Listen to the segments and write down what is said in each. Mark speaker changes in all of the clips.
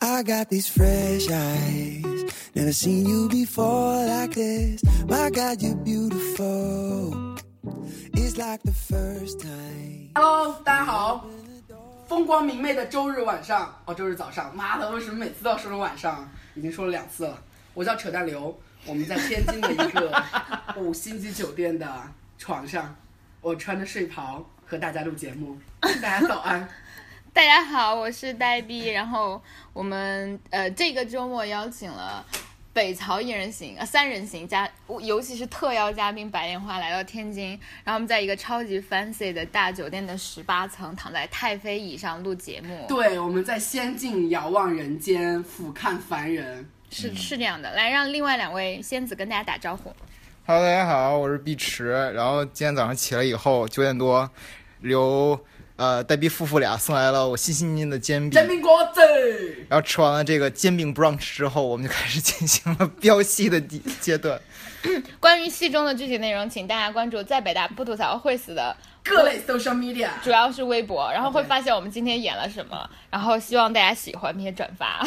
Speaker 1: I got these fresh eyes. Never seen you before like this. My God, you're beautiful. It's like the first time.
Speaker 2: Hello，大家好，风光明媚的周日晚上，哦，周日早上，妈的，为什么每次都要说成晚上？已经说了两次了。我叫扯淡刘，我们在天津的一 个五星级酒店的床上，我穿着睡袍和大家录节 目。大家早安，
Speaker 3: 大家好，我是呆逼。然后我们呃这个周末邀请了北曹一人行、呃三人行加，尤其是特邀嘉宾白莲花来到天津，然后我们在一个超级 fancy 的大酒店的十八层，躺在太妃椅上录节目。
Speaker 2: 对，我们在仙境遥望人间，俯瞰凡人。
Speaker 3: 是是这样的。来，让另外两位仙子跟大家打招呼。
Speaker 4: Hello，大家好，我是碧池。然后今天早上起来以后九点多，由呃呆逼夫妇俩送来了我心心念念的煎
Speaker 3: 嗯
Speaker 4: 饼
Speaker 2: 煎。饼果子，
Speaker 4: 然后吃完了这个煎饼 brunch 之后，我们就开始进行了飙戏的阶阶段。
Speaker 3: 关于戏中的具体内容，请大家关注在北大不吐槽会死的
Speaker 2: 各类 social media。
Speaker 3: 主要是微博，然后会发现我们今天演了什么，然后希望大家喜欢并且转发。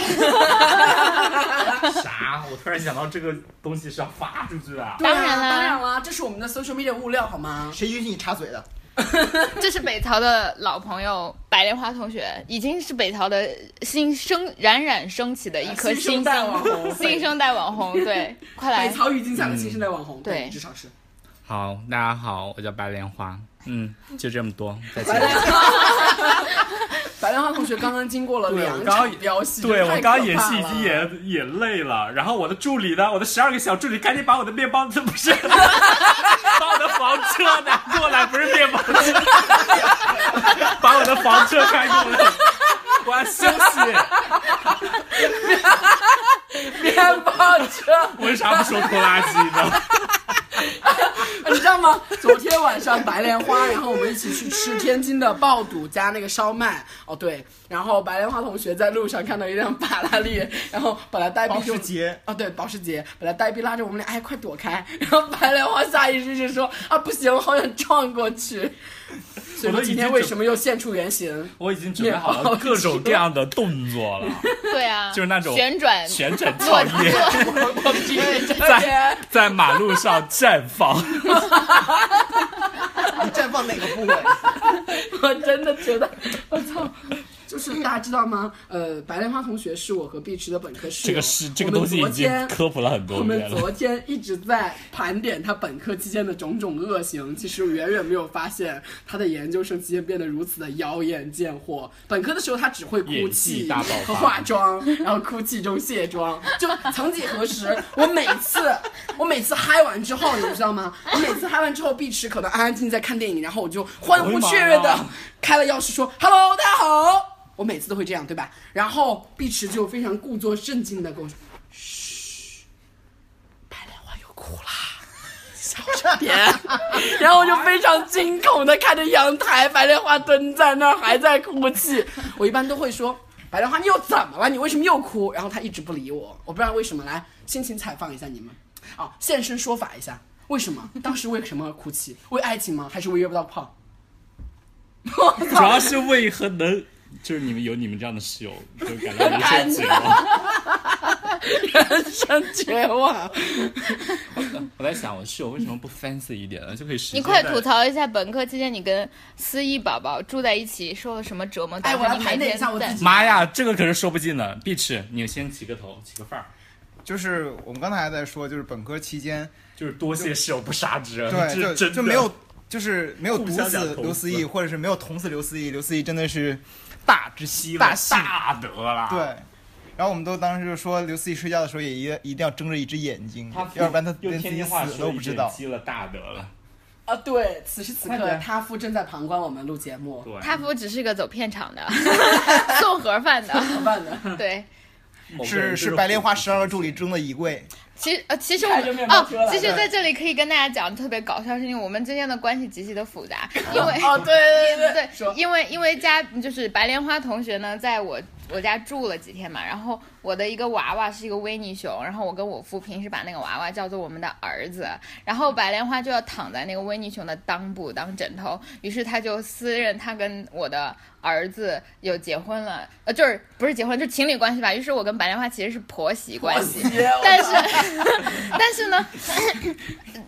Speaker 5: 啥？我突然想到这个东西是要发出去啊！
Speaker 2: 对啊
Speaker 3: 当然啦
Speaker 2: 当然啦，这是我们的 social media 物料，好吗？
Speaker 4: 谁允许你插嘴的？
Speaker 3: 这是北曹的老朋友白莲花同学，已经是北曹的新生冉冉升起的一颗
Speaker 2: 新
Speaker 3: 星
Speaker 2: 生代网红
Speaker 3: 星，新生代网红。 对，快
Speaker 2: 北
Speaker 3: 来，
Speaker 2: 曹语境下的新
Speaker 5: 嗯
Speaker 2: 生代网红，
Speaker 3: 对
Speaker 2: 至少是。
Speaker 5: 好，大家好，我叫白莲花，嗯，就这么多，再见。
Speaker 2: 白莲花同学刚刚经过了
Speaker 5: 对，我
Speaker 2: 两
Speaker 5: 刚
Speaker 2: 场
Speaker 5: 刚
Speaker 2: 飙戏，
Speaker 5: 对我
Speaker 2: 太
Speaker 5: 刚
Speaker 2: 可怕
Speaker 5: 刚演戏已
Speaker 2: 了
Speaker 5: 经 演演累了，然后我的助理呢，我的十二个小助理赶紧把我的面包，这不是， 把我的房车拿过来，不是 面包车，把我的房车开过来，我要休息。
Speaker 2: 面包车，
Speaker 5: 为啥不说拖拉机呢？
Speaker 2: 你知道吗？昨天晚上白莲花，然后我们一起去吃天津的爆肚加那个烧麦，哦对，然后白莲花同学在路上看到一辆法拉利，然后本来呆
Speaker 4: 哎
Speaker 2: 逼就。
Speaker 4: 杰，
Speaker 2: 啊，对，保时捷本来呆逼拉着我们俩，哎，快躲开！然后白莲花下意识是说啊，不行，我好想撞过去。所以说
Speaker 5: 已
Speaker 2: 今
Speaker 5: 经
Speaker 2: 天为
Speaker 5: 准
Speaker 2: 什么又现出原形？
Speaker 5: 我已经准备好了各种各样的动作了，
Speaker 3: 对啊，
Speaker 5: 就是那种
Speaker 3: 旋转
Speaker 5: 旋转
Speaker 3: 落
Speaker 5: 跳
Speaker 3: 地
Speaker 5: 跃。
Speaker 2: 我们今天
Speaker 5: 在在马路上绽放。
Speaker 4: 你绽放哪个部位？
Speaker 2: 我真的觉得，我操！就是大家知道吗？呃，白莲花同学是我和碧池的本科室
Speaker 5: 这
Speaker 2: 友。
Speaker 5: 个是这个东
Speaker 2: 我
Speaker 5: 西已
Speaker 2: 们昨
Speaker 5: 经
Speaker 2: 天，
Speaker 5: 科普了很
Speaker 2: 我
Speaker 5: 多遍
Speaker 2: 们
Speaker 5: 了。
Speaker 2: 昨天一直在盘点他本科期间的种种恶行，其实远远没有发现他的研究生期间变得如此的妖艳贱货。本科的时候他只会哭
Speaker 5: 演
Speaker 2: 泣
Speaker 5: 技大爆
Speaker 2: 和
Speaker 5: 发
Speaker 2: 化妆，然后哭泣中卸妆。就曾几何时，我每次我每次嗨完之后，你知道吗？我每次嗨完之后，碧池可能安安静静在看电影，然后我就欢呼雀跃
Speaker 5: 我的妈
Speaker 2: 的
Speaker 5: 呀
Speaker 2: 开了钥匙说 “Hello，大家好”。我每次都会这样，对吧？然后碧池就非常故作镇静的跟我说：“嘘，白莲花又哭啦。”小着点，然后我就非常惊恐的看着阳台，白莲花蹲在那儿还在哭泣。我一般都会说：“白莲花，你又怎么了？你为什么又哭？”然后她一直不理我，我不知道为什么。来，心情采访一下你们，哦，现身说法一下，为什么当时为什么哭泣？为爱情吗？还是为约不到炮？
Speaker 5: 主要是为何能，就是你们有你们这样的室友，就感觉人生绝望。
Speaker 2: 人生绝望。
Speaker 5: 我在想，我室友为什么不 fancy 一点呢？就可以实
Speaker 3: 你
Speaker 5: 现
Speaker 3: 快
Speaker 5: 在
Speaker 3: 吐槽一下，本科期间你跟思忆宝宝住在一起受了什么折磨？
Speaker 2: 哎
Speaker 3: 导致
Speaker 2: 我来
Speaker 3: 你
Speaker 2: 盘
Speaker 3: 每
Speaker 2: 点一
Speaker 3: 天
Speaker 2: 下我
Speaker 3: 在
Speaker 2: 自己
Speaker 5: 妈呀，这个可是说不尽的。碧池，你先起个头，起个范儿，
Speaker 4: 就是我们刚才还在说，就是本科期间，
Speaker 5: 就是多谢室友不杀之恩，
Speaker 4: 对，
Speaker 5: 这
Speaker 4: 就
Speaker 5: 真的
Speaker 4: 就没有，就是没有毒
Speaker 5: 互相讲
Speaker 4: 死
Speaker 5: 投
Speaker 4: 刘思义，
Speaker 5: 资
Speaker 4: 或者是没有捅死刘思义，刘思义真的是大之息
Speaker 5: 大
Speaker 4: 幸
Speaker 5: 大德了。
Speaker 4: 对，，然后我们都当时就说刘思怡睡觉的时候也一一定要睁着一只眼睛
Speaker 5: 他，
Speaker 4: 要不然他
Speaker 5: 又
Speaker 4: 连自
Speaker 5: 天
Speaker 4: 己
Speaker 5: 津话
Speaker 4: 死
Speaker 5: 说
Speaker 4: 都
Speaker 5: 一
Speaker 4: 不知
Speaker 5: 遍
Speaker 4: 道。
Speaker 5: 积了大德了。
Speaker 2: 啊，对，此时此
Speaker 5: 快点
Speaker 2: 刻他夫正在旁观我们录节目，
Speaker 5: 对，
Speaker 3: 他不只是个走片场 的，送盒饭的，
Speaker 2: 怎么办呢？
Speaker 3: 对。
Speaker 5: 某个人
Speaker 4: 是
Speaker 5: 就是
Speaker 4: 白莲花
Speaker 5: 虎
Speaker 4: 十二个助理中的一位，
Speaker 3: 其实呃，其实我
Speaker 2: 看着面包
Speaker 3: 哦
Speaker 2: 车了，
Speaker 3: 其实
Speaker 2: 对
Speaker 3: 在这里可以跟大家讲特别搞笑的事情，我们之间的关系极其的 复杂，因为
Speaker 2: 哦，对对对
Speaker 3: 对
Speaker 2: 说，
Speaker 3: 因为因为家就是白莲花同学呢，在我我家住了几天嘛，然后我的一个娃娃是一个维尼熊，然后我跟我父平时把那个娃娃叫做我们的儿子，然后白莲花就要躺在那个维尼熊的裆部当枕头，于是他就私认他跟我的儿子有结婚了，呃，就是不是结婚，就是情侣关系吧，于是我跟白莲花其实是婆媳关系，但是， 但是呢，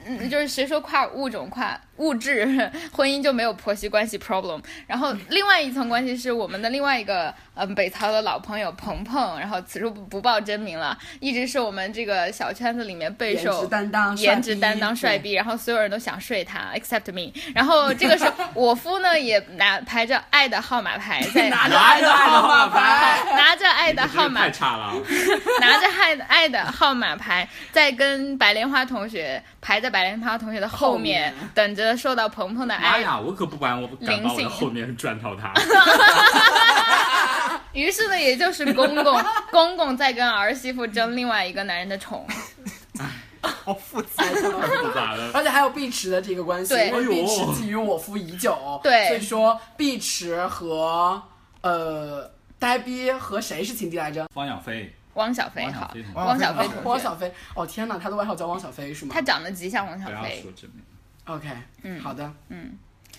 Speaker 3: 嗯就是谁说跨物种、跨物质婚姻就没有婆媳关系 problem？然后另外一层关系是我们的另外一个嗯北曹的老朋友鹏鹏，然后此处不不报真名了，一直是我们这个小圈子里面备
Speaker 2: 颜
Speaker 3: 受
Speaker 2: 值担当，
Speaker 3: 颜值担当帅逼，然后所有人都想睡他，except me。然后这个时候，我夫呢也拿排着爱的号码牌 在
Speaker 2: 拿着爱的号码牌，
Speaker 3: 拿着爱的号码
Speaker 5: 太差了啊，
Speaker 3: 拿着爱的爱的号码牌，在跟白莲花同学排在白莲花同学的后面，
Speaker 2: 后面
Speaker 3: 等着受到鹏鹏的
Speaker 5: 妈
Speaker 3: 爱。
Speaker 5: 呀，我可不敢，我敢把我的后面转到 他，
Speaker 3: 于是呢，也就是公公 公公在跟儿媳妇争另外一个男人的宠。
Speaker 4: 好复杂。
Speaker 5: 太复杂了。
Speaker 2: 而且还有碧池的这个关系，
Speaker 3: 对
Speaker 2: 因为碧池
Speaker 5: 哎呦
Speaker 2: 觊觎我夫已久，
Speaker 3: 对
Speaker 2: 所以说碧池和呃呆逼和谁是情敌来着？
Speaker 5: 汪小菲，
Speaker 3: 汪小菲
Speaker 5: 汪小
Speaker 3: 好
Speaker 5: 菲，
Speaker 4: 好
Speaker 3: 汪小菲
Speaker 4: 汪
Speaker 3: 同学，
Speaker 2: 汪小菲，哦天哪，他的外号叫汪小菲是吗
Speaker 3: 哎他长得极像汪小
Speaker 5: 不要
Speaker 3: 菲。
Speaker 5: 说真名，
Speaker 2: ？OK，
Speaker 3: 嗯
Speaker 2: 好的，
Speaker 3: 嗯。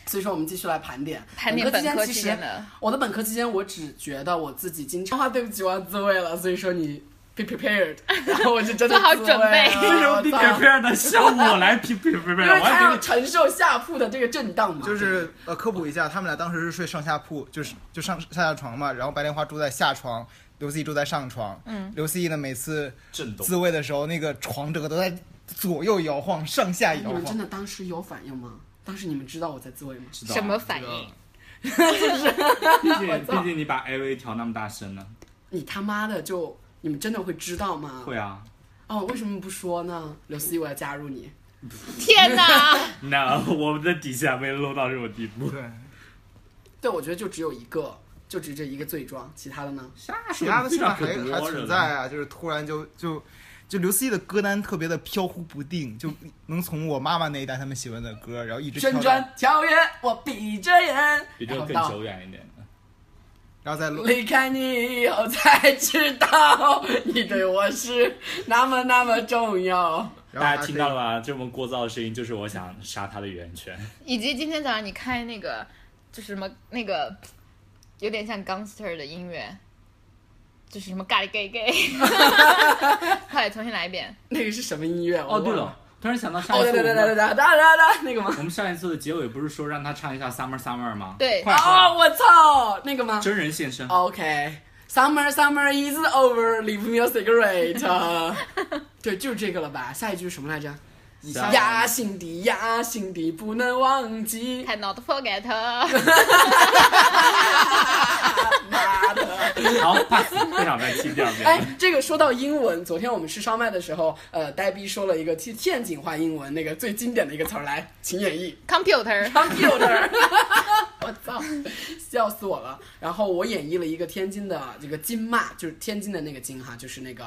Speaker 2: 所以说，我们继续来盘点
Speaker 3: 盘点本科
Speaker 2: 科
Speaker 3: 期
Speaker 2: 期
Speaker 3: 间
Speaker 2: 间
Speaker 3: 的。
Speaker 2: 我的本科期间，我只觉得我自己经常 啊，对不起，我要自慰了。所以说你 be prepared，然 后我就真的
Speaker 3: 做好准备
Speaker 2: 自慰了
Speaker 5: 为什么 be
Speaker 2: 我操
Speaker 5: prepared 呢？像我来 be
Speaker 2: 因
Speaker 5: prepared，
Speaker 2: 为
Speaker 5: 我还
Speaker 2: 他
Speaker 5: 给
Speaker 2: 要
Speaker 5: 你
Speaker 2: 承受下铺的这个震荡嘛。
Speaker 4: 就是呃，科普一下，他们俩当时是睡上下铺，就是就上下下床嘛，然后白莲花住在下床，刘思怡住在上床。嗯，刘思怡呢，每次
Speaker 5: 震动。
Speaker 4: 自慰的时候，那个床整个都在左右摇晃，上下摇
Speaker 2: 你
Speaker 5: 嗯
Speaker 2: 们真
Speaker 4: 晃。
Speaker 2: 的当时有反应吗？当时你们知道我在自慰吗？
Speaker 5: 知道
Speaker 3: 什么反应？
Speaker 5: 毕竟毕竟你把 A V 调那么大声呢，
Speaker 2: 你他妈的就你们真的会知道吗？
Speaker 5: 会啊
Speaker 2: 哦，为什么不说呢？刘思怡，我要加入你。
Speaker 3: 天哪！
Speaker 5: ？No，我们的底线被 low 到这种地步。
Speaker 4: 对，
Speaker 2: 对，我觉得就只有一个，就只这一个罪状，其他的呢？
Speaker 4: 其他的现在还
Speaker 5: 非常可
Speaker 4: 还
Speaker 5: 多着
Speaker 4: 存
Speaker 5: 呢
Speaker 4: 在啊，就是突然就就就刘思怡的歌单特别的飘忽不定，就能从我妈妈那一代他们喜欢的歌，然后一直跳
Speaker 2: 旋
Speaker 4: 到，
Speaker 2: 转跳跃，我闭着眼，
Speaker 5: 比这
Speaker 2: 然
Speaker 5: 个
Speaker 2: 后
Speaker 5: 更
Speaker 2: 到
Speaker 5: 久远一点的。
Speaker 4: 然后再录
Speaker 2: 离开你以后才知道，你对我是那么那么重要。
Speaker 4: 然后
Speaker 5: 大
Speaker 4: 还
Speaker 5: 家
Speaker 4: 可以
Speaker 5: 听到了吧？这么聒噪的声音，就是我想杀他的源泉。
Speaker 3: 以及今天早上你开那个就是什么那个有点像 gangster 的音乐，就是什么咖喱 gay gay，快重新来一遍。
Speaker 2: 那个是什么音乐？我
Speaker 5: 哦，对
Speaker 2: 忘
Speaker 5: 了，，突然想到上
Speaker 2: 哦
Speaker 5: 一
Speaker 2: 对
Speaker 5: 次
Speaker 2: 对对
Speaker 5: 我
Speaker 2: 对对
Speaker 5: 们
Speaker 2: 对，哒哒哒那个吗？
Speaker 5: 我们上一次的结尾不是说让他唱一下 Summer Summer 吗？
Speaker 3: 对哦
Speaker 5: 快
Speaker 2: 哦，
Speaker 5: 快，
Speaker 2: 我操，那个吗
Speaker 5: 真人现身。
Speaker 2: ？OK。Summer, summer is over. Leave me a cigarette. 对，就是这个了吧？下一句是什么来着？
Speaker 5: 下
Speaker 2: 压心底，压心底，不能忘记。
Speaker 3: Cannot forget，
Speaker 2: 妈的！
Speaker 5: 好，pass，不想再听第二遍了。
Speaker 2: 哎，这个说到英文，昨天我们吃烧麦的时候，呃，呆逼说了一个天天津话英文那个最经典的一个词儿，来，请演绎。
Speaker 3: computer，
Speaker 2: computer，我操，笑死我了。然后我演绎了一个天津的这个金骂，就是天津的那个金哈，就是那个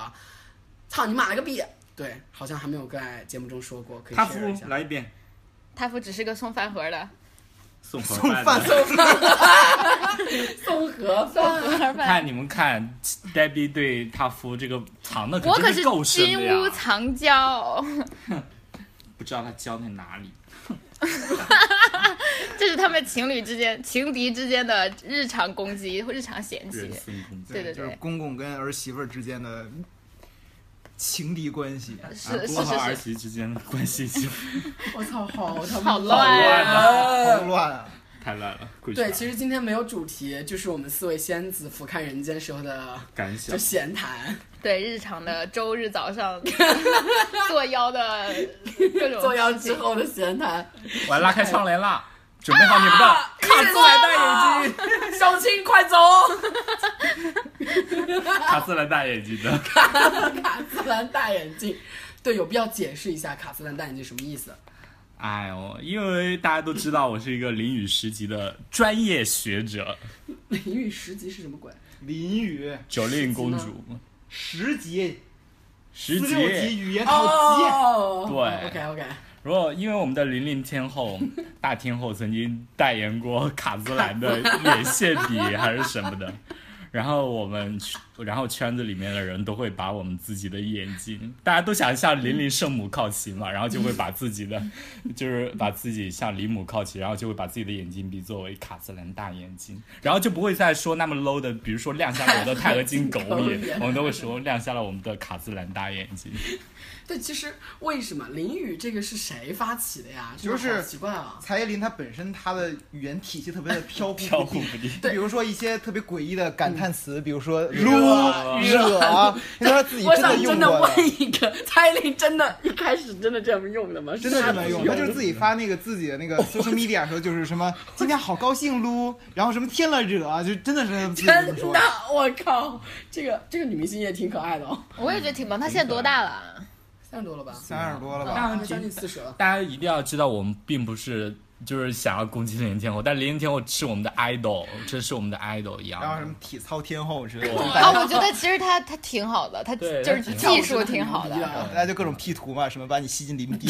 Speaker 2: 操你妈了个逼。对，好像还没有在节目中说过，可以
Speaker 5: 他服
Speaker 2: share 一下。
Speaker 5: 来一遍，
Speaker 3: 他不只是个送饭盒的，
Speaker 5: 送盒饭
Speaker 4: 饭
Speaker 5: 的。
Speaker 2: 综合
Speaker 3: 送盒饭。
Speaker 5: 看你们看，Debbie 对他夫这个藏的
Speaker 3: 我可
Speaker 5: 真
Speaker 3: 是
Speaker 5: 够深
Speaker 3: 金
Speaker 5: 的
Speaker 3: 屋
Speaker 5: 呀，
Speaker 3: 藏娇，
Speaker 5: 不知道他教在哪里。
Speaker 3: 这是他们情侣之间、情敌之间的日常攻击、日常嫌弃
Speaker 5: 人。身攻击，
Speaker 3: 对对
Speaker 4: 就
Speaker 3: 对
Speaker 4: 是公公跟儿媳妇儿之间的情敌关系。
Speaker 2: 呃
Speaker 5: 啊
Speaker 3: 是
Speaker 5: 不
Speaker 3: 是
Speaker 5: 过和儿
Speaker 3: 是是，
Speaker 5: 媳之间的关系就
Speaker 2: 我操，好他妈
Speaker 3: 好乱啊！
Speaker 4: 好乱啊！
Speaker 5: 太烂了。跪下
Speaker 2: 对，其实今天没有主题，就是我们四位仙子俯瞰人间时候的
Speaker 5: 感
Speaker 2: 就
Speaker 5: 想，
Speaker 2: 闲 谈，
Speaker 3: 对日常的周日早上 作妖的各种
Speaker 2: 作妖
Speaker 3: 事
Speaker 2: 之
Speaker 3: 情
Speaker 2: 后的闲谈。
Speaker 5: 我要拉开窗帘了，准备好你们的
Speaker 3: 啊
Speaker 5: 卡姿兰戴眼镜，
Speaker 2: 小青，快走！
Speaker 5: 卡姿兰戴眼镜的。
Speaker 2: 卡斯兰大眼镜，对，有必要解释一下卡斯兰大眼镜什么意思？
Speaker 5: 哎呦，因为大家都知道我是一个淋雨十级的专业学者，
Speaker 2: 淋雨十级是什么鬼？
Speaker 4: 淋雨
Speaker 5: 九令公主。
Speaker 4: 十级，
Speaker 5: 十
Speaker 6: 四六级
Speaker 5: 级。
Speaker 6: 语言考级，
Speaker 2: 哦，
Speaker 5: 对
Speaker 2: ，OK OK，
Speaker 5: 如果因为我们的玲玲天后大天后曾经代言过卡姿兰的眼线笔还是什么的，然后我们然后圈子里面的人都会把我们自己的眼睛，大家都想向玲玲圣母靠齐嘛，然后就会把自己的 就是把自己向李母靠齐，然后就会把自己的眼睛比作为卡姿兰大眼睛，然后就不会再说那么 low 的，比如说亮瞎了我的钛合金狗
Speaker 2: 狗
Speaker 5: 眼
Speaker 2: 眼，
Speaker 5: 我们都会说亮瞎了我们的卡姿兰大眼睛。
Speaker 2: 对，其实为什么淋雨这个是谁发起的呀？真
Speaker 4: 就
Speaker 2: 的
Speaker 4: 是
Speaker 2: 好奇怪啊！
Speaker 4: 蔡依林她本身她的语言体系特别的飘忽
Speaker 5: 飘忽不定
Speaker 4: 比如说一些特别诡异的感叹
Speaker 2: 嗯
Speaker 4: 词，比如说
Speaker 5: 撸
Speaker 4: 惹啊，她说她自己
Speaker 2: 我
Speaker 4: 真的
Speaker 2: 想
Speaker 4: 用
Speaker 2: 真
Speaker 4: 过
Speaker 2: 的
Speaker 4: 的，
Speaker 2: 问一个，蔡依林真的一开始真的这么用的吗？
Speaker 4: 真的
Speaker 2: 是
Speaker 4: 这么用，她就是自己发那个自己 的那个 social media 的时候，就是什么今天好高兴撸，然后什么天了惹啊，就真的是自己这么
Speaker 2: 真
Speaker 4: 说
Speaker 2: 的。，我靠，这个这个女明星也挺可爱的哦，
Speaker 3: 我也觉得挺棒。他现在多大了啊？
Speaker 2: 三十多了吧？
Speaker 4: 三十多了吧？
Speaker 5: 大
Speaker 2: 嗯将近四十了。
Speaker 5: 大家一定要知道，我们并不是就是想要攻击林天后，但林天后是我们的 idol，这是我们的 idol 一样
Speaker 4: 然后
Speaker 5: 的
Speaker 4: 什么体操天后之类的，
Speaker 3: 啊，我觉得其实他他挺好的，他
Speaker 5: 对
Speaker 3: 就是
Speaker 5: 他挺
Speaker 3: 技术挺好
Speaker 2: 跳舞真的很牛逼
Speaker 3: 的，
Speaker 2: 啊
Speaker 4: 大家就各种 P 图嘛，什么把你吸进林地，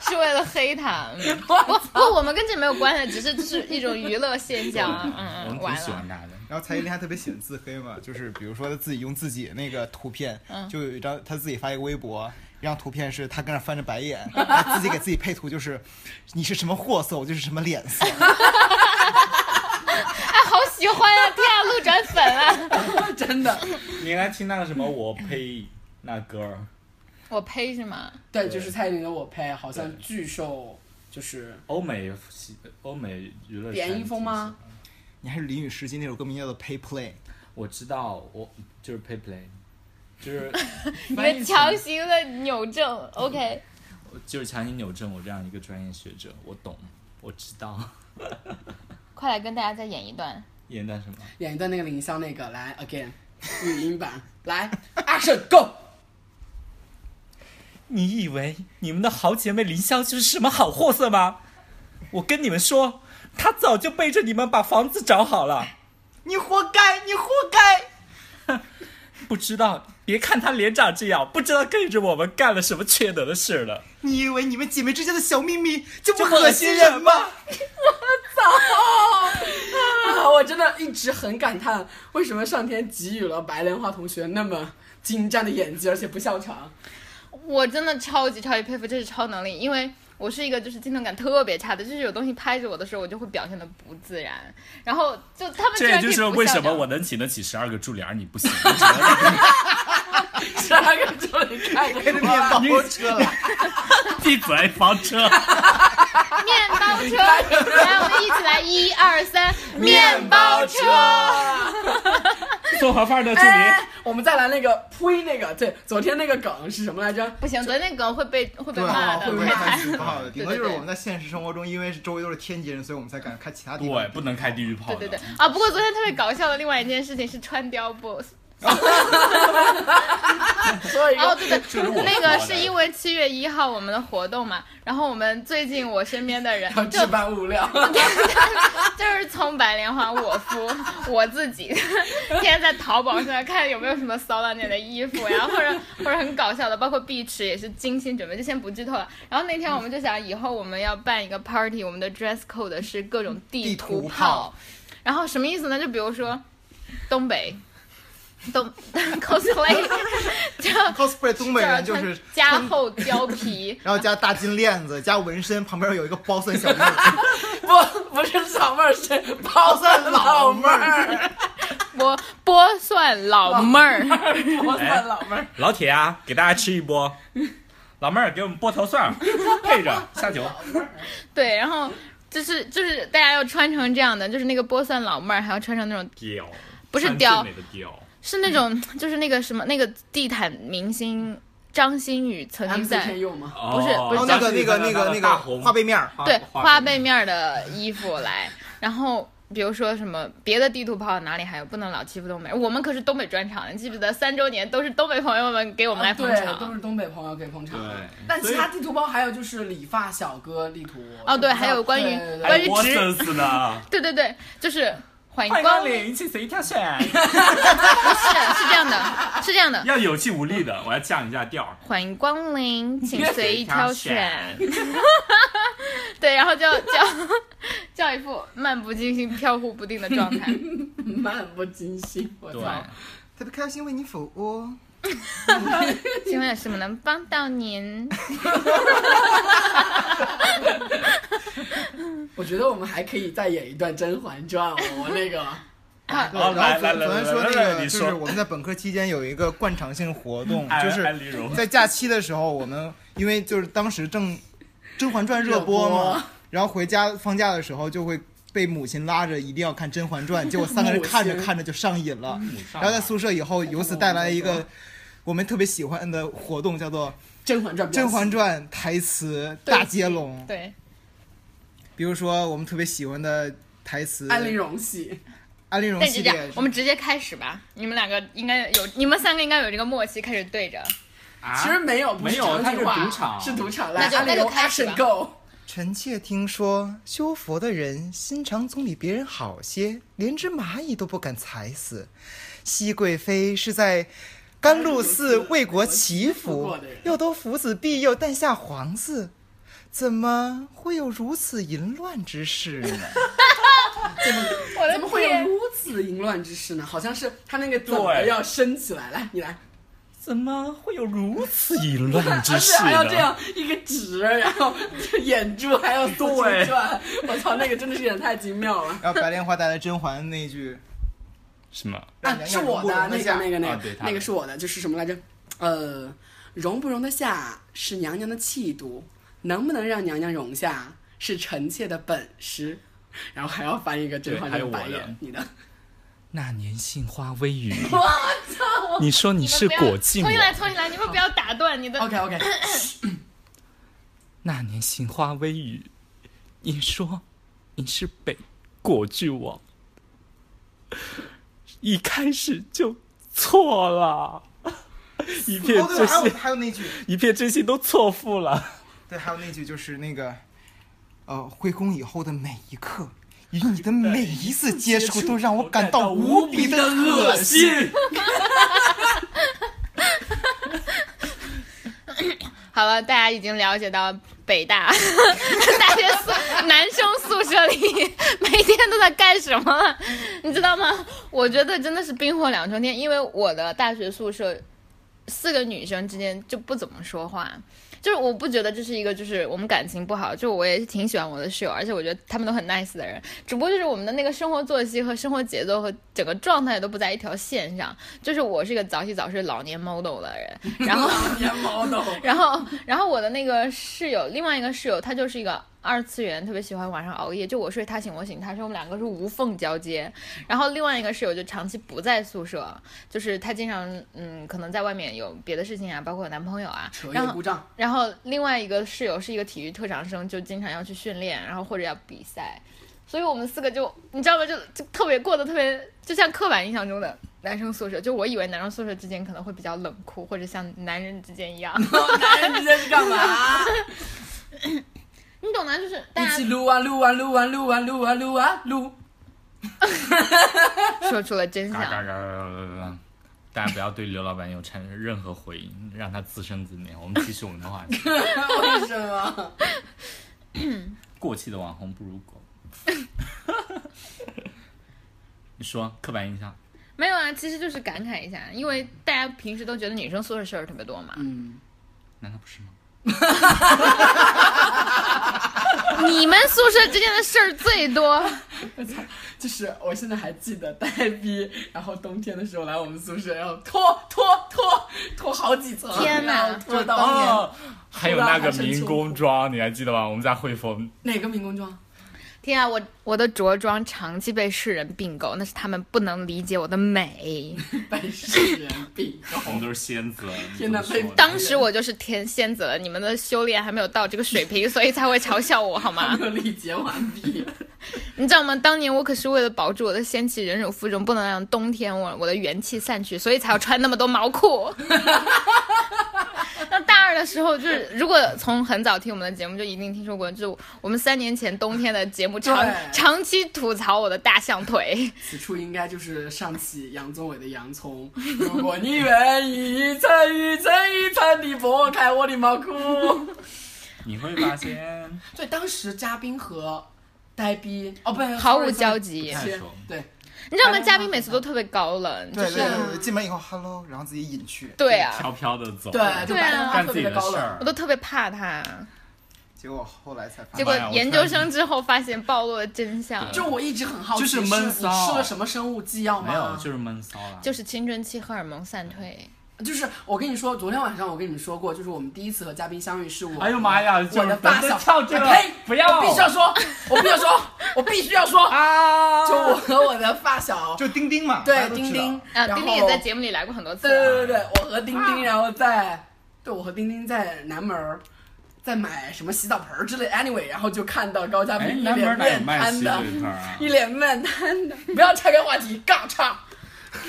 Speaker 3: 是为了黑他。嗯 不不，我们跟这没有关系，只是是一种娱乐现 象啊。嗯
Speaker 5: 我
Speaker 3: 嗯，
Speaker 5: 们
Speaker 3: 完
Speaker 5: 挺喜欢
Speaker 3: 了。
Speaker 5: 他的。
Speaker 4: 然后蔡依林还特别喜欢自黑嘛，就是比如说她自己用自己那个图片，就有一张她自己发一个微博，一张图片是她跟那翻着白眼，她自己给自己配图就是你是什么货色，我就是什么脸色，
Speaker 3: 哎，好喜欢呀！天啊，路转粉了。
Speaker 2: 真的，
Speaker 5: 你来听那个什么，我呸，那歌儿，
Speaker 3: 我呸是吗？
Speaker 2: 对，就是蔡依林的《我呸》，好像巨受就是
Speaker 5: 欧美系欧美娱乐
Speaker 2: 连衣风吗？
Speaker 4: 你还是林雨诗金那首歌名叫做《Pay Play
Speaker 5: 我知道，我就是 pay play，就是
Speaker 3: 你
Speaker 5: 翻
Speaker 3: 们
Speaker 5: 译
Speaker 3: 强
Speaker 5: 成
Speaker 3: 行的扭正，OK。
Speaker 5: 就是强行扭正我这样一个专业学者，我懂，我知道。
Speaker 3: 快来跟大家再演一段。
Speaker 5: 演段什么？
Speaker 2: 演一段那个林湘那个，来 again 语音版，来 action go。
Speaker 5: 你以为你们的好姐妹林霄就是什么好货色吗？我跟你们说，她早就背着你们把房子找好了。》，
Speaker 6: 你活该，你活该。
Speaker 5: 不知道，别看她脸长这样，不知道跟着我们干了什么缺德的事了。
Speaker 6: 你以为你们姐妹之间的小秘密就不
Speaker 5: 这么恶
Speaker 6: 恶
Speaker 5: 心
Speaker 6: 心
Speaker 5: 人
Speaker 6: 人吗？
Speaker 2: 啊， 我真的一直很感叹，为什么上天给予了白莲花同学那么精湛的演技，而且不笑场。
Speaker 3: 我真的超级超级佩服，这是超能力，因为我是一个就是镜头感特别差的，就是有东西拍着我的时候，我就会表现的不自然。然后就他们居
Speaker 5: 这也
Speaker 3: 然
Speaker 5: 就是
Speaker 3: 可以不
Speaker 5: 为
Speaker 3: 笑
Speaker 5: 什么
Speaker 3: 场
Speaker 5: 我能请得起十二个助理，而你不行。你只能
Speaker 2: 十 二个助理啊看着面
Speaker 4: 面包车了，
Speaker 5: 闭嘴，房车。
Speaker 3: 面包车，来我们一起来一二三，面包车，
Speaker 5: 送盒饭的助
Speaker 2: 哎
Speaker 5: 理，
Speaker 2: 我们再来那个呸那个，对，昨天那个梗是什么来着？
Speaker 3: 不行，昨天那梗会被会被
Speaker 4: 对，
Speaker 3: 骂
Speaker 4: 会
Speaker 3: 的，啊会
Speaker 4: 不会
Speaker 3: 被骂
Speaker 4: 太
Speaker 3: 的。
Speaker 4: 俗不好的？顶多就是
Speaker 3: 对对
Speaker 4: 我们在现实生活中，因为是周围都是天津人，所以我们才敢看其他地方。
Speaker 5: 对，不能开地狱炮
Speaker 3: 对
Speaker 5: 的。
Speaker 3: 对对，啊！不过昨天特别搞笑的另外一件事情是川雕 boss，
Speaker 2: 说一
Speaker 3: 哦
Speaker 2: 个，
Speaker 3: 对对
Speaker 5: 是我
Speaker 3: 对，那个
Speaker 5: 说的
Speaker 3: 是因为七月一号我们的活动嘛，然后我们最近我身边的人
Speaker 2: 要
Speaker 3: 就
Speaker 2: 置办物料。
Speaker 3: 就是从白莲花我夫 我自己，天天在淘宝上看有没有什么骚浪点的衣服呀，或者 或者很搞笑的，包括碧池也是精心准备，就先不剧透了。然后那天我们就想，以后我们要办一个 party，我们的 dress code 是各种地
Speaker 4: 地图
Speaker 3: 炮
Speaker 4: 炮，
Speaker 3: 然后什么意思呢？就比如说东北。东 cosplay 就
Speaker 4: cosplay 东
Speaker 3: 啊
Speaker 4: 北人就是
Speaker 3: 加厚貂皮，
Speaker 4: 然后加大金链子，加纹身，旁边有一个包蒜小妹儿，
Speaker 2: 不，不是小妹儿，是 包算老妹儿，
Speaker 3: 剥剥蒜老妹儿，
Speaker 2: 包算老妹儿。
Speaker 5: 老铁啊，给大家吃一波。老妹儿，给我们剥 头蒜儿，配着下酒。
Speaker 3: 对，然后就是就是大家要穿成这样的，就是那个波算老妹儿，还要穿成那种
Speaker 5: 屌，
Speaker 3: 不是
Speaker 5: 穿最
Speaker 3: 屌
Speaker 5: 美的屌。
Speaker 3: 是那种就是那个什么那个地毯明星张馨予曾经
Speaker 2: MC
Speaker 3: 在
Speaker 2: 天佑吗？
Speaker 5: 不
Speaker 3: 是不
Speaker 4: 然
Speaker 3: 是
Speaker 4: 后哦那个那个那个那个花背面儿，
Speaker 3: 对花背面儿的衣服来，然后。比如说什么别的地图炮哪里还有不能老欺负东北，我们可是东北专场，你记不记得三周年都是东北朋友们给我们来捧
Speaker 2: 啊对，都
Speaker 3: 场
Speaker 2: 是东北朋友给捧场。
Speaker 5: 对
Speaker 2: 但其他地图包还有就是理发小哥地图。
Speaker 3: 哦对还有关于关于
Speaker 5: 哎我
Speaker 3: 直
Speaker 5: 死呢。
Speaker 3: 对对对，就是欢迎
Speaker 5: 欢
Speaker 3: 光
Speaker 5: 迎光
Speaker 3: 临。
Speaker 5: 临，一起随意挑选。
Speaker 3: 不是，是这样的，是这样的。
Speaker 5: 要有气无力的，我要降一下调儿。
Speaker 3: 欢迎光临，请 随意挑选。 对，然后就叫叫一副漫不经心、飘忽不定的状态。
Speaker 2: 漫不经心，我
Speaker 5: 对，
Speaker 2: 操！
Speaker 6: 特别开心为你服务。
Speaker 3: 请问有什么能帮到 您？
Speaker 2: 我觉得我们还可以再演一段《甄嬛传》哦，我那个
Speaker 4: 对
Speaker 3: 啊
Speaker 5: 好
Speaker 4: 然
Speaker 5: 来
Speaker 4: 后昨
Speaker 5: 来
Speaker 4: 昨天
Speaker 5: 来来
Speaker 4: 说那
Speaker 5: 来来
Speaker 4: 个，
Speaker 5: 你
Speaker 4: 就
Speaker 5: 说
Speaker 4: 是我们在本科期间有一个惯常性 活动，
Speaker 5: 安
Speaker 4: 就是
Speaker 5: 安陵容
Speaker 4: 在假期的时候，我们因为就是当时正《甄嬛传》热播
Speaker 2: 热
Speaker 4: 嘛
Speaker 2: 播，
Speaker 4: 然后回家放假的时候就会被母亲拉着一定要看《甄嬛传》，结果 三个人看着
Speaker 2: 母亲
Speaker 4: 看着就上瘾了。
Speaker 5: 上
Speaker 4: 然后在宿舍以后，由此带来一个我们特别喜欢的活动，叫做
Speaker 2: 《甄嬛传》
Speaker 4: 《
Speaker 2: 比较
Speaker 4: 甄
Speaker 2: 喜欢，
Speaker 4: 嬛传》台词大接龙。
Speaker 3: 对，
Speaker 4: 比如说我们特别喜欢的台词，
Speaker 2: 安陵容戏，
Speaker 4: 安陵容
Speaker 3: 但
Speaker 4: 系
Speaker 3: 是这样
Speaker 4: 列，，
Speaker 3: 我们直接开始吧。你们两个应该有，你们三个应该有这个默契，开始对着。
Speaker 5: 啊
Speaker 2: 其实没有，不
Speaker 5: 没有
Speaker 2: 长
Speaker 5: 它
Speaker 2: 句
Speaker 5: 是
Speaker 2: 话
Speaker 5: 赌场
Speaker 2: 是赌场。
Speaker 3: 那
Speaker 2: 来，
Speaker 3: 就
Speaker 2: 安陵
Speaker 3: 那就
Speaker 2: 容
Speaker 3: 开始
Speaker 2: action
Speaker 3: 吧
Speaker 2: go，
Speaker 4: 臣妾听说修佛的人心肠总比别人好些，连只蚂蚁都不敢踩死。熹贵妃是在甘露寺为国祈
Speaker 2: 甘露寺为
Speaker 4: 福
Speaker 2: 国祈福过的人，
Speaker 4: 又都福子庇佑诞下皇子，怎么会有如此淫乱之事 呢？
Speaker 3: 我
Speaker 2: 怎么会有如此淫乱之事呢？好像是他那个怎么
Speaker 5: 对
Speaker 2: 要升起来，来你来，
Speaker 5: 怎么会有如此 淫乱
Speaker 2: 而
Speaker 5: 之
Speaker 2: 且
Speaker 5: 事
Speaker 2: 还要
Speaker 5: 呢？
Speaker 2: 这样一个直，然后 眼珠还要缩进转， 我操，那个真的是演得太精妙了。
Speaker 4: 啊然后白莲花带来甄嬛那句，
Speaker 5: 什么？
Speaker 2: 啊，是我的那个那个那
Speaker 5: 啊
Speaker 2: 个
Speaker 5: 对他
Speaker 2: 那个是我的，就是什么来着？呃，容不容得下是娘娘的气度，能不能让娘娘容下是臣妾的本事。然后还要翻一个甄嬛
Speaker 5: 对还
Speaker 2: 的
Speaker 5: 有
Speaker 2: 白
Speaker 5: 我的
Speaker 2: 眼， 你的
Speaker 5: 那年杏花 微雨，你说你是果
Speaker 3: 你
Speaker 5: 寂
Speaker 3: 们不要重新来，
Speaker 5: 寞。
Speaker 3: 重新来！你们不要打断你的。
Speaker 2: OK OK，
Speaker 5: 那年杏花微雨，你说你是北果郡王，一开始就错了，一片
Speaker 4: 哦对，
Speaker 5: 真
Speaker 4: 还有
Speaker 5: 心，
Speaker 4: 还有那句，
Speaker 5: 一片真心都错付了。
Speaker 4: 对，还有那句就是那个，呃，回宫以后的每一刻，与你的每一次接 触都让我感到无比的恶心。。
Speaker 3: 好了，大家已经了解到北大 大学宿男生宿舍里每天都在干什么了，你知道吗？我觉得真的是冰火两重天，因为我的大学宿舍四个女生之间就不怎么说话。就是我不觉得这是一个，就是我们感情不好，就我也是挺喜欢我的室友，而且我觉得他们都很 nice 的人，只不过就是我们的那个生活作息和生活节奏和整个状态都不在一条线上。就是我是一个早起早睡老年 model 的人，然后
Speaker 2: 年毛懂，
Speaker 3: 然后，然后我的那个室友，另外一个室友，他就是一个二次元，特别喜欢晚上熬夜，就我睡他醒我醒他睡，我们两个是无缝交接。然后另外一个室友就长期不在宿舍，就是他经常嗯，可能在外面有别的事情啊，包括有男朋友啊
Speaker 2: 扯，
Speaker 3: 然
Speaker 2: 夜
Speaker 3: 后
Speaker 2: 故障，
Speaker 3: 然后另外一个室友是一个体育特长生，就经常要去训练，然后或者要比赛，所以我们四个就你知道吗？就就特别过得特别，就像刻板印象中的男生宿舍。就我以为男生宿舍之间可能会比较冷酷，或者像男人之间一样，
Speaker 2: 男人之间是哎干 嘛？
Speaker 3: 你懂的，就是大
Speaker 2: 一起
Speaker 3: 家
Speaker 2: 撸啊撸啊撸啊撸啊撸啊撸啊撸，
Speaker 3: 说出了真
Speaker 5: 嘎嘎嘎嘎
Speaker 3: 相。
Speaker 5: 嘎嘎！大家不要对刘老板有产生任何回应，让他自生自灭。我们继续我们的话题。
Speaker 2: 为什么？
Speaker 5: 过气的网红不如狗。 你说刻板印象，
Speaker 3: 没有啊，其实就是感慨一下，因为大家平时都觉得女生宿舍事儿特别多嘛。
Speaker 2: 嗯，
Speaker 5: 难道不是吗？
Speaker 3: 你们宿舍之间的事儿最多，
Speaker 2: 就是我现在还记得呆逼，然后冬天的时候来我们宿舍，然后脱脱脱脱好几层，
Speaker 3: 天哪
Speaker 2: 哪！脱到哦面、
Speaker 5: 啊还有那个民工装，你还记得吗？我们在汇丰，
Speaker 2: 哪个民工装？
Speaker 3: 天啊，我我的着装长期被世人并购，那是他们不能理解我的美。
Speaker 2: 被世人 并购。
Speaker 5: 我们都是仙子。
Speaker 2: 天哪
Speaker 5: 你怎么说
Speaker 2: 被
Speaker 3: 当时我就是天仙子了，你们的修炼还没有到这个水平，所以才会嘲笑我好吗
Speaker 2: 没？有理解完毕，
Speaker 3: 你知道吗？当年我可是为了保住我的仙气，忍辱负重，不能让冬天 我我的元气散去，所以才要穿那么多毛裤。那大二的时候，就是如果从很早听我们的节目，就一定听说过，就是我们三年前冬天的节目长
Speaker 2: 对
Speaker 3: 长期吐槽我的大象腿，
Speaker 2: 此处应该就是上期杨宗纬的洋葱。如果你愿意参与这一场的拨开我的毛裤。
Speaker 5: 你会发现，
Speaker 2: 所以当时嘉宾和呆逼哦不，
Speaker 3: 毫无
Speaker 2: sorry，
Speaker 3: 交集。
Speaker 5: 太
Speaker 2: 切
Speaker 5: 熟
Speaker 2: 对，
Speaker 3: 你知道吗？嘉宾每次都特别高冷，就
Speaker 4: 对
Speaker 3: 是
Speaker 4: 对对，进门以后 hello，然后自己隐去，
Speaker 3: 对啊，
Speaker 5: 飘飘的走，
Speaker 2: 对，就白莲花
Speaker 5: 干
Speaker 2: 特
Speaker 5: 自
Speaker 2: 别的
Speaker 5: 己的
Speaker 2: 高
Speaker 5: 事
Speaker 2: 冷。
Speaker 5: 儿
Speaker 3: 我。都特别怕他。
Speaker 4: 结果后来才发
Speaker 3: 结
Speaker 4: 现
Speaker 3: 果
Speaker 5: 呀我
Speaker 3: 研究生之后发现暴露了真相，
Speaker 2: 就我一直很好奇，
Speaker 5: 就是
Speaker 2: 你
Speaker 5: 闷骚
Speaker 2: 吃了什么生物剂药吗？
Speaker 5: 没有，就是闷骚了。
Speaker 3: 就是青春期荷尔蒙散退。
Speaker 2: 就是我跟你说，昨天晚上我跟你们说过，就是我们第一次和嘉宾相遇是我，
Speaker 5: 哎呦妈呀就是
Speaker 2: 我的发
Speaker 5: 不
Speaker 2: 小
Speaker 5: 能跳这个
Speaker 2: 呸，
Speaker 5: 不要
Speaker 2: 我必须要说，我必须要说，我必须要说，
Speaker 5: 啊
Speaker 2: 就我和我的发小，
Speaker 4: 就钉钉嘛，大
Speaker 2: 对
Speaker 4: 家都
Speaker 2: 丁
Speaker 4: 知道
Speaker 2: 丁，
Speaker 3: 啊，
Speaker 2: 然后
Speaker 3: 丁丁也在节目里来过很多次啊
Speaker 2: 对
Speaker 3: 了。
Speaker 2: 对对对，我和丁丁，然后在，对我和丁丁在南门儿，在买什么洗澡盆儿之类，anyway，然后就看到高嘉
Speaker 5: 哎，
Speaker 2: 宾一
Speaker 5: 南
Speaker 2: 脸
Speaker 5: 门哪有
Speaker 2: 面
Speaker 5: 卖
Speaker 2: 瘫
Speaker 5: 西
Speaker 2: 的
Speaker 5: 这，一摊啊？
Speaker 2: 一脸面瘫的，不要岔开话题，杠叉。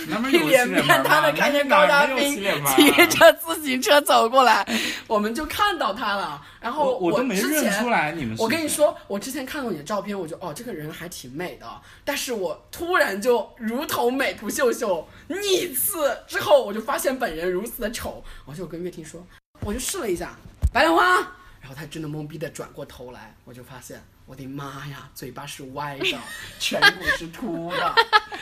Speaker 5: 南门
Speaker 2: 一
Speaker 5: 有
Speaker 2: 脸
Speaker 5: 洗
Speaker 2: 面
Speaker 5: 脸盆
Speaker 2: 瘫的
Speaker 5: 吗？
Speaker 2: 看见高
Speaker 5: 哪
Speaker 2: 大
Speaker 5: 儿没有
Speaker 2: 兵
Speaker 5: 洗脸盆
Speaker 2: 骑
Speaker 5: 啊？
Speaker 2: 着自行车走过来，我们就看到他了。然后
Speaker 5: 我我都没
Speaker 2: 之前
Speaker 5: 认出。来你们。
Speaker 2: 我跟你，说，我之前看过你的照片，我觉得哦，这个人还挺美的。但是我突然就如同美图秀秀逆次之后，我就发现本人如此的丑。我就跟乐婷说，我就试了一下白莲花，然后他真的懵逼的转过头来，我就发现我的妈呀，嘴巴是歪的， 颧骨是凸的，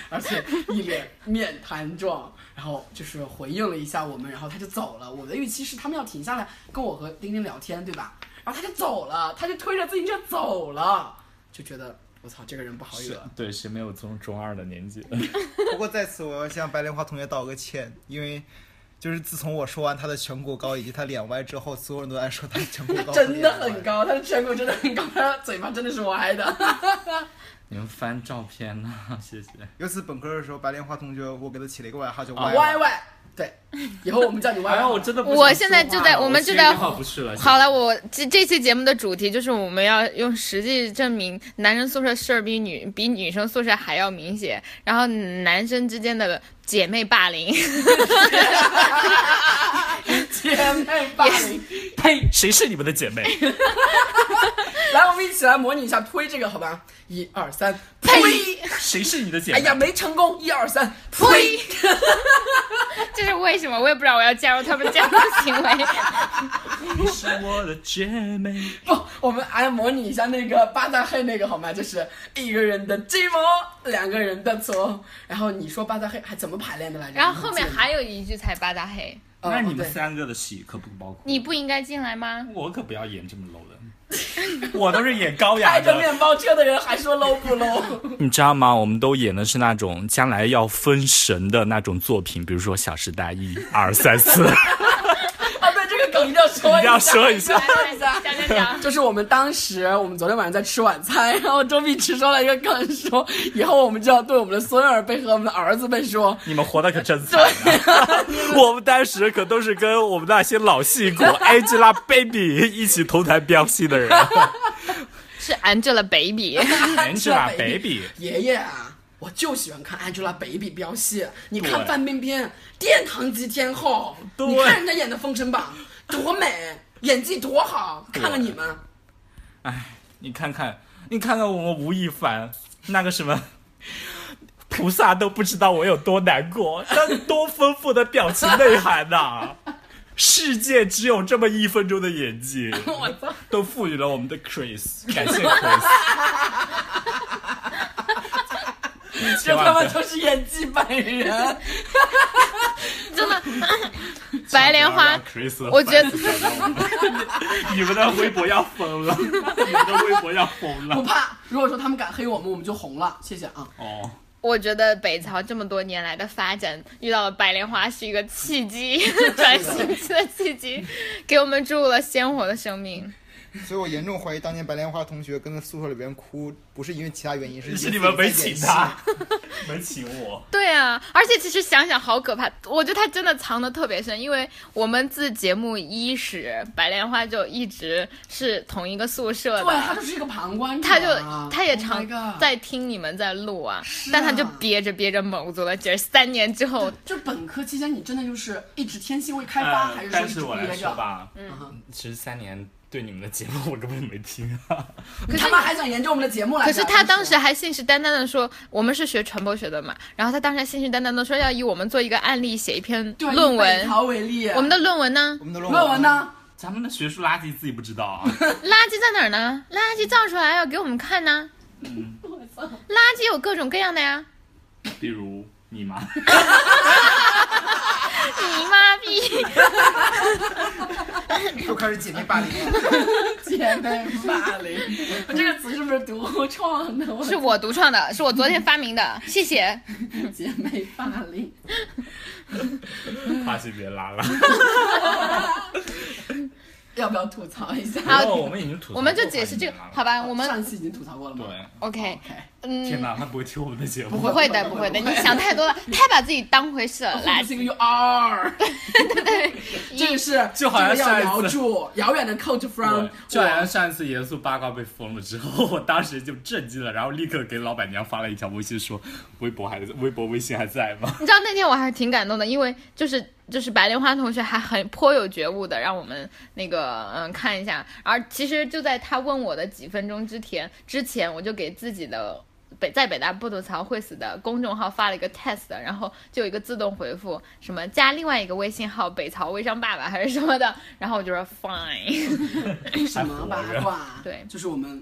Speaker 2: 而且一脸面瘫状。然后就是回应了一下我们，然后他就走了。我的预期是他们要停下来跟我和丁丁聊天，对吧？然后他就走了，他就推着自行车走了，就觉得我操，这个人不好
Speaker 5: 是
Speaker 2: 惹。
Speaker 5: 对，谁没有从中二的年 纪？
Speaker 4: 不过在此我要向白莲花同学道个歉，因为就是自从我说完他的颧骨高以及他脸歪之后，所有人都在说他的颧骨高，啊
Speaker 2: 真的很。高，他的颧骨真的很高，他的嘴巴真的是歪的。
Speaker 5: 你们翻照片呢？谢谢。
Speaker 4: 尤其本科的时候，白莲花同学我给他起了一个哦外号叫歪
Speaker 2: 啊歪歪，对，以后我们叫你歪
Speaker 5: 哎
Speaker 2: 歪。
Speaker 5: 呀，我真的不想说话
Speaker 3: 我
Speaker 5: 了。
Speaker 3: 现在就在，
Speaker 5: 我
Speaker 3: 们
Speaker 5: 心
Speaker 3: 就
Speaker 5: 里
Speaker 3: 在，
Speaker 5: 好不去了。
Speaker 3: 好了，我这这期节目的主题就是我们要用实际证明男生宿舍事儿比女比女生宿舍还要明显，然后男生之间的姐妹霸凌，
Speaker 2: 姐 妹霸凌，
Speaker 5: 呸！谁是你们的姐妹？
Speaker 2: 来，我们一起来模拟一下推这个，好吧？一二三，推！
Speaker 5: 呸！谁是你的姐妹？
Speaker 2: 哎呀，没成功！一二三，推！
Speaker 3: 这是为什么？我也不知道，我要加入他们这样的行 为。
Speaker 5: 你是我的姐 妹。
Speaker 2: 不，我们来模拟一下那个巴扎黑那个好吗？就是一个人的寂寞，两个人的错。然后你说巴扎黑还怎么排练的来着？
Speaker 3: 然后后面
Speaker 2: 你记得吗
Speaker 3: 还有一句才八大黑，
Speaker 2: 哦
Speaker 5: 那你们
Speaker 2: 对
Speaker 5: 三个的戏可不包括。
Speaker 3: 你不应该进来吗？
Speaker 5: 我可不要演这么 low 的，我都是演高雅
Speaker 2: 开着
Speaker 5: 的。
Speaker 2: 面包车的人还说 low 不 low？
Speaker 5: 你知道吗？我们都演的是那种将来要封神的那种作品，比如说《小时代》一、二、三、四。
Speaker 2: 啊，对，这个梗一定要说一下，
Speaker 5: 一定要说一下
Speaker 2: 说一
Speaker 3: 讲
Speaker 2: 下。
Speaker 3: 讲讲，
Speaker 2: 就是我们当时，我们昨天晚上在吃晚餐，然后周碧池说了一个梗，说以后我们就要对我们的孙儿辈和我们的儿子辈说，
Speaker 5: 你们活的可真惨、啊！我们当时可都是跟我们那些老戏骨 Angelababy 一起同台飙戏的 人。
Speaker 3: 是 Angelababy。
Speaker 5: Angelababy，
Speaker 2: 爷爷啊，我就喜欢看 Angelababy 飙戏。你看
Speaker 5: 对
Speaker 2: 范冰冰，殿堂级天后，
Speaker 5: 对
Speaker 2: 你看人家演的《封神榜》多美，演技多好。看看你们，
Speaker 5: 你看看，你看看我们吴亦凡那个什么。菩萨都不知道我有多难过，那多丰富的表情内涵呐、世界只有这么一分钟的演技，
Speaker 2: 我操！
Speaker 5: 都赋予了我们的 Chris，感谢 Chris。
Speaker 2: 这
Speaker 5: 千
Speaker 2: 他
Speaker 5: 万不
Speaker 2: 妈
Speaker 5: 要
Speaker 2: 就是演技本 人。
Speaker 3: 真的， 白莲花
Speaker 5: 让 Chris，
Speaker 3: 我觉得
Speaker 5: 你们的微博要疯了，你们的微博要疯
Speaker 2: 不
Speaker 5: 了。
Speaker 2: 怕，如果说他们敢黑我们，我们就红了。谢谢啊！
Speaker 5: 哦，
Speaker 3: 我觉得北朝这么多年来的发展，遇到了白莲花是一个 契机，转型期的契机，给我们注入了鲜活的生命。
Speaker 4: 所以我严重怀疑当年白莲花同学跟他宿舍里边哭，不是因为其他原因，是因为
Speaker 5: 是你们没
Speaker 4: 自己
Speaker 5: 请
Speaker 4: 在演
Speaker 5: 他，没请我。
Speaker 3: 对啊，而且其实想想好可怕，我觉得他真的藏的特别深，因为我们自节目伊始，白莲花就一直是同一个宿舍的，
Speaker 2: 对啊他就是一个旁观者
Speaker 3: 他就
Speaker 2: 啊
Speaker 3: 他也
Speaker 2: Oh my
Speaker 3: 常
Speaker 2: God
Speaker 3: 在听你们在录啊，
Speaker 2: 是
Speaker 3: 但他就
Speaker 2: 啊
Speaker 3: 憋着憋着卯足了劲儿，三年之后，
Speaker 2: 就本科期间，你真的就是一直天性未开发，
Speaker 5: 呃
Speaker 2: 还是说
Speaker 5: 但
Speaker 2: 一直
Speaker 5: 是我来
Speaker 2: 憋
Speaker 5: 说
Speaker 2: 着？
Speaker 5: 吧，
Speaker 2: 嗯，
Speaker 5: 十三年对你们的节目我根本没听啊。
Speaker 2: 你他妈还想研究我们的节目来着？
Speaker 3: 可是他当时
Speaker 2: 真
Speaker 3: 还信誓旦旦的说我们是学传播学的嘛，然后他当时还信誓旦旦的说要以我们做一个案例写一篇
Speaker 2: 对
Speaker 3: 论
Speaker 2: 以
Speaker 3: 文，
Speaker 2: 北逃为例，啊
Speaker 3: 我们的论文呢
Speaker 4: 我？们的
Speaker 2: 论文？呢？
Speaker 5: 咱们的学术垃圾自己不知 道啊，
Speaker 3: 垃圾在哪儿呢？垃圾造出来要给我们看呢。嗯垃圾有各种各样的呀。
Speaker 5: 比如你 吗？
Speaker 3: 你妈逼！
Speaker 4: 又开始姐妹霸凌了。
Speaker 2: 姐妹霸凌， 这个词是不是独创的？我
Speaker 3: 是我独创的，是我昨天发明的，谢谢。
Speaker 2: 姐妹霸凌，
Speaker 5: 话题别拉了。
Speaker 2: 要不要吐槽一下？
Speaker 3: 好
Speaker 5: 然后我们已经吐槽
Speaker 3: 我
Speaker 5: 过
Speaker 3: 们就
Speaker 5: 话题
Speaker 3: 解释这个
Speaker 5: 别拉，了
Speaker 3: 好吧？我们
Speaker 2: 上一期已经吐槽过了吗？
Speaker 5: 对。
Speaker 3: OK，
Speaker 2: OK，
Speaker 5: 天
Speaker 3: 嗯，
Speaker 5: 哪，他不会听我们的节目。
Speaker 2: 不
Speaker 3: 不会的，不会的，你想太多了，太把自己当回事了。
Speaker 2: 来
Speaker 3: 来，
Speaker 2: 是个 U R，这个是
Speaker 5: 就好像
Speaker 2: 这个
Speaker 5: 上一
Speaker 2: 要
Speaker 5: 次
Speaker 2: 咬住遥远的 coach
Speaker 5: 对
Speaker 2: from，
Speaker 5: 就好像上一次严肃八卦被封了之后，我当时就震惊了，然后立刻给老板娘发了一条微信说：“微博还在，微博微信还在吗
Speaker 3: 你知道那天我还挺感动的，因为就是就是白莲花同学还很颇有觉悟的，让我们那个嗯看一下。而其实就在他问我的几分钟之前，之前我就给自己的北在北大不吐槽会死的公众号发了一个 test，然后就有一个自动回复，什么加另外一个微信号北曹微商爸爸还是什么的，然后我就说 fine。
Speaker 2: 什么八
Speaker 5: 还活
Speaker 2: 卦？
Speaker 3: 对
Speaker 2: 就是我们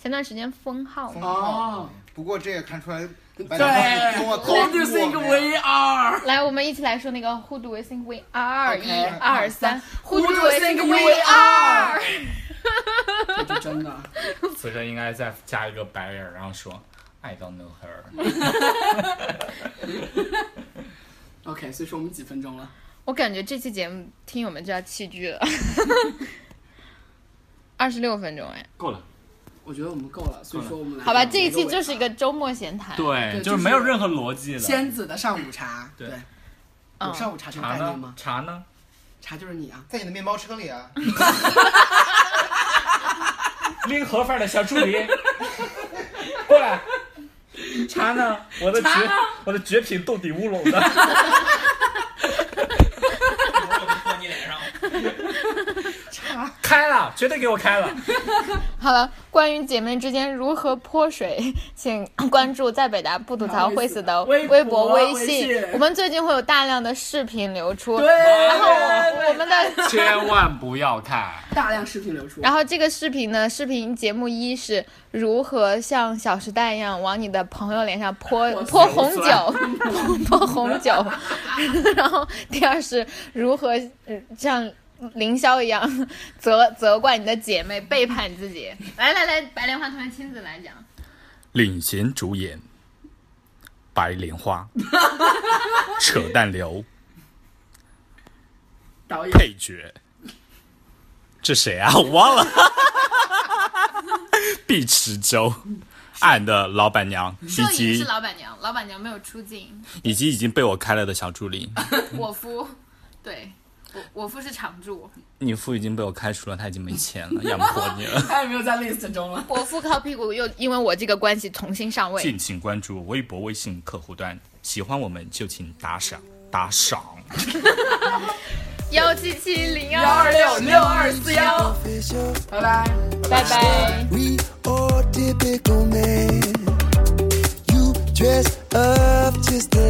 Speaker 3: 前段时间封号嘛，
Speaker 2: 哦，
Speaker 4: 不过这也看出来，白
Speaker 2: 对
Speaker 4: 莲花
Speaker 2: ，Who do you think we are？
Speaker 3: 来我们一起来说那个 Who do we think we are？
Speaker 2: OK，
Speaker 3: 一二三
Speaker 2: Who do you think we are？这 就真的，？”
Speaker 5: 此生应该再加一个白人，然后说：“I don't know her。
Speaker 2: OK，所以说我们几分钟了？
Speaker 3: 我感觉这期节目听友们就要弃剧了， 二十六分钟哎，”
Speaker 5: 够了，
Speaker 2: 我觉得我们够了，所以说我们来
Speaker 3: 好吧，
Speaker 2: 讲
Speaker 3: 这一期
Speaker 2: 个
Speaker 3: 就是一个周末闲谈。，
Speaker 5: 对
Speaker 2: 对
Speaker 5: 就是没有任何逻辑了。
Speaker 2: 仙子的上午茶，
Speaker 5: 对
Speaker 2: 对，
Speaker 3: 嗯
Speaker 2: 有上午茶这个
Speaker 5: 茶
Speaker 2: 概念
Speaker 5: 呢
Speaker 2: 吗？？
Speaker 5: 茶呢？
Speaker 2: 茶就是你啊，
Speaker 4: 在你的面包车里啊，
Speaker 5: 拎盒饭的小助理，过来。茶呢？我的绝，我的绝品冻顶乌龙的。泼你脸上。茶开了，绝对给我开了。
Speaker 3: 好了，关于姐妹之间如何泼水，请 关注在北大不吐槽会死的
Speaker 2: 微
Speaker 3: 微博、
Speaker 2: 博
Speaker 3: 微
Speaker 2: 微
Speaker 3: 信
Speaker 2: 信。
Speaker 3: 我们最近会有大量的视频流出，
Speaker 2: 对，
Speaker 3: 然后
Speaker 2: 对
Speaker 3: 我们的。
Speaker 5: 千万不要看。
Speaker 2: 大量视频流出，
Speaker 3: 然后这个视频呢，视频节目一是如何像《小时代》一样往你的朋友脸上泼泼红酒， 泼泼红酒。然后第二是如何嗯像凌霄一样责责怪你的姐妹背叛自己。来来来，白莲花同学亲自来讲。
Speaker 5: 领衔主演：白莲花、扯淡流
Speaker 2: 导演
Speaker 5: 配角。这谁啊？我忘了。 碧池洲，俺的老板娘，以
Speaker 3: 摄影
Speaker 5: 及
Speaker 3: 是老板娘，老板娘没有出镜。
Speaker 5: 以及已经被我开了的小助理，
Speaker 3: 我夫，对我我夫是常驻，
Speaker 5: 你夫已经被我开除了，他已经没钱了，养不活你了。
Speaker 2: 他也没有在 list 中啊了。
Speaker 3: 我夫靠屁股又因为我这个关系重新上位。
Speaker 5: 敬请关注微博、微信客户端，喜欢我们就请打赏打赏。
Speaker 3: 幺七七零
Speaker 2: 幺二六六二四幺，
Speaker 1: Official,
Speaker 2: 拜拜。
Speaker 3: 拜拜。
Speaker 1: we all typical men. You dress up just a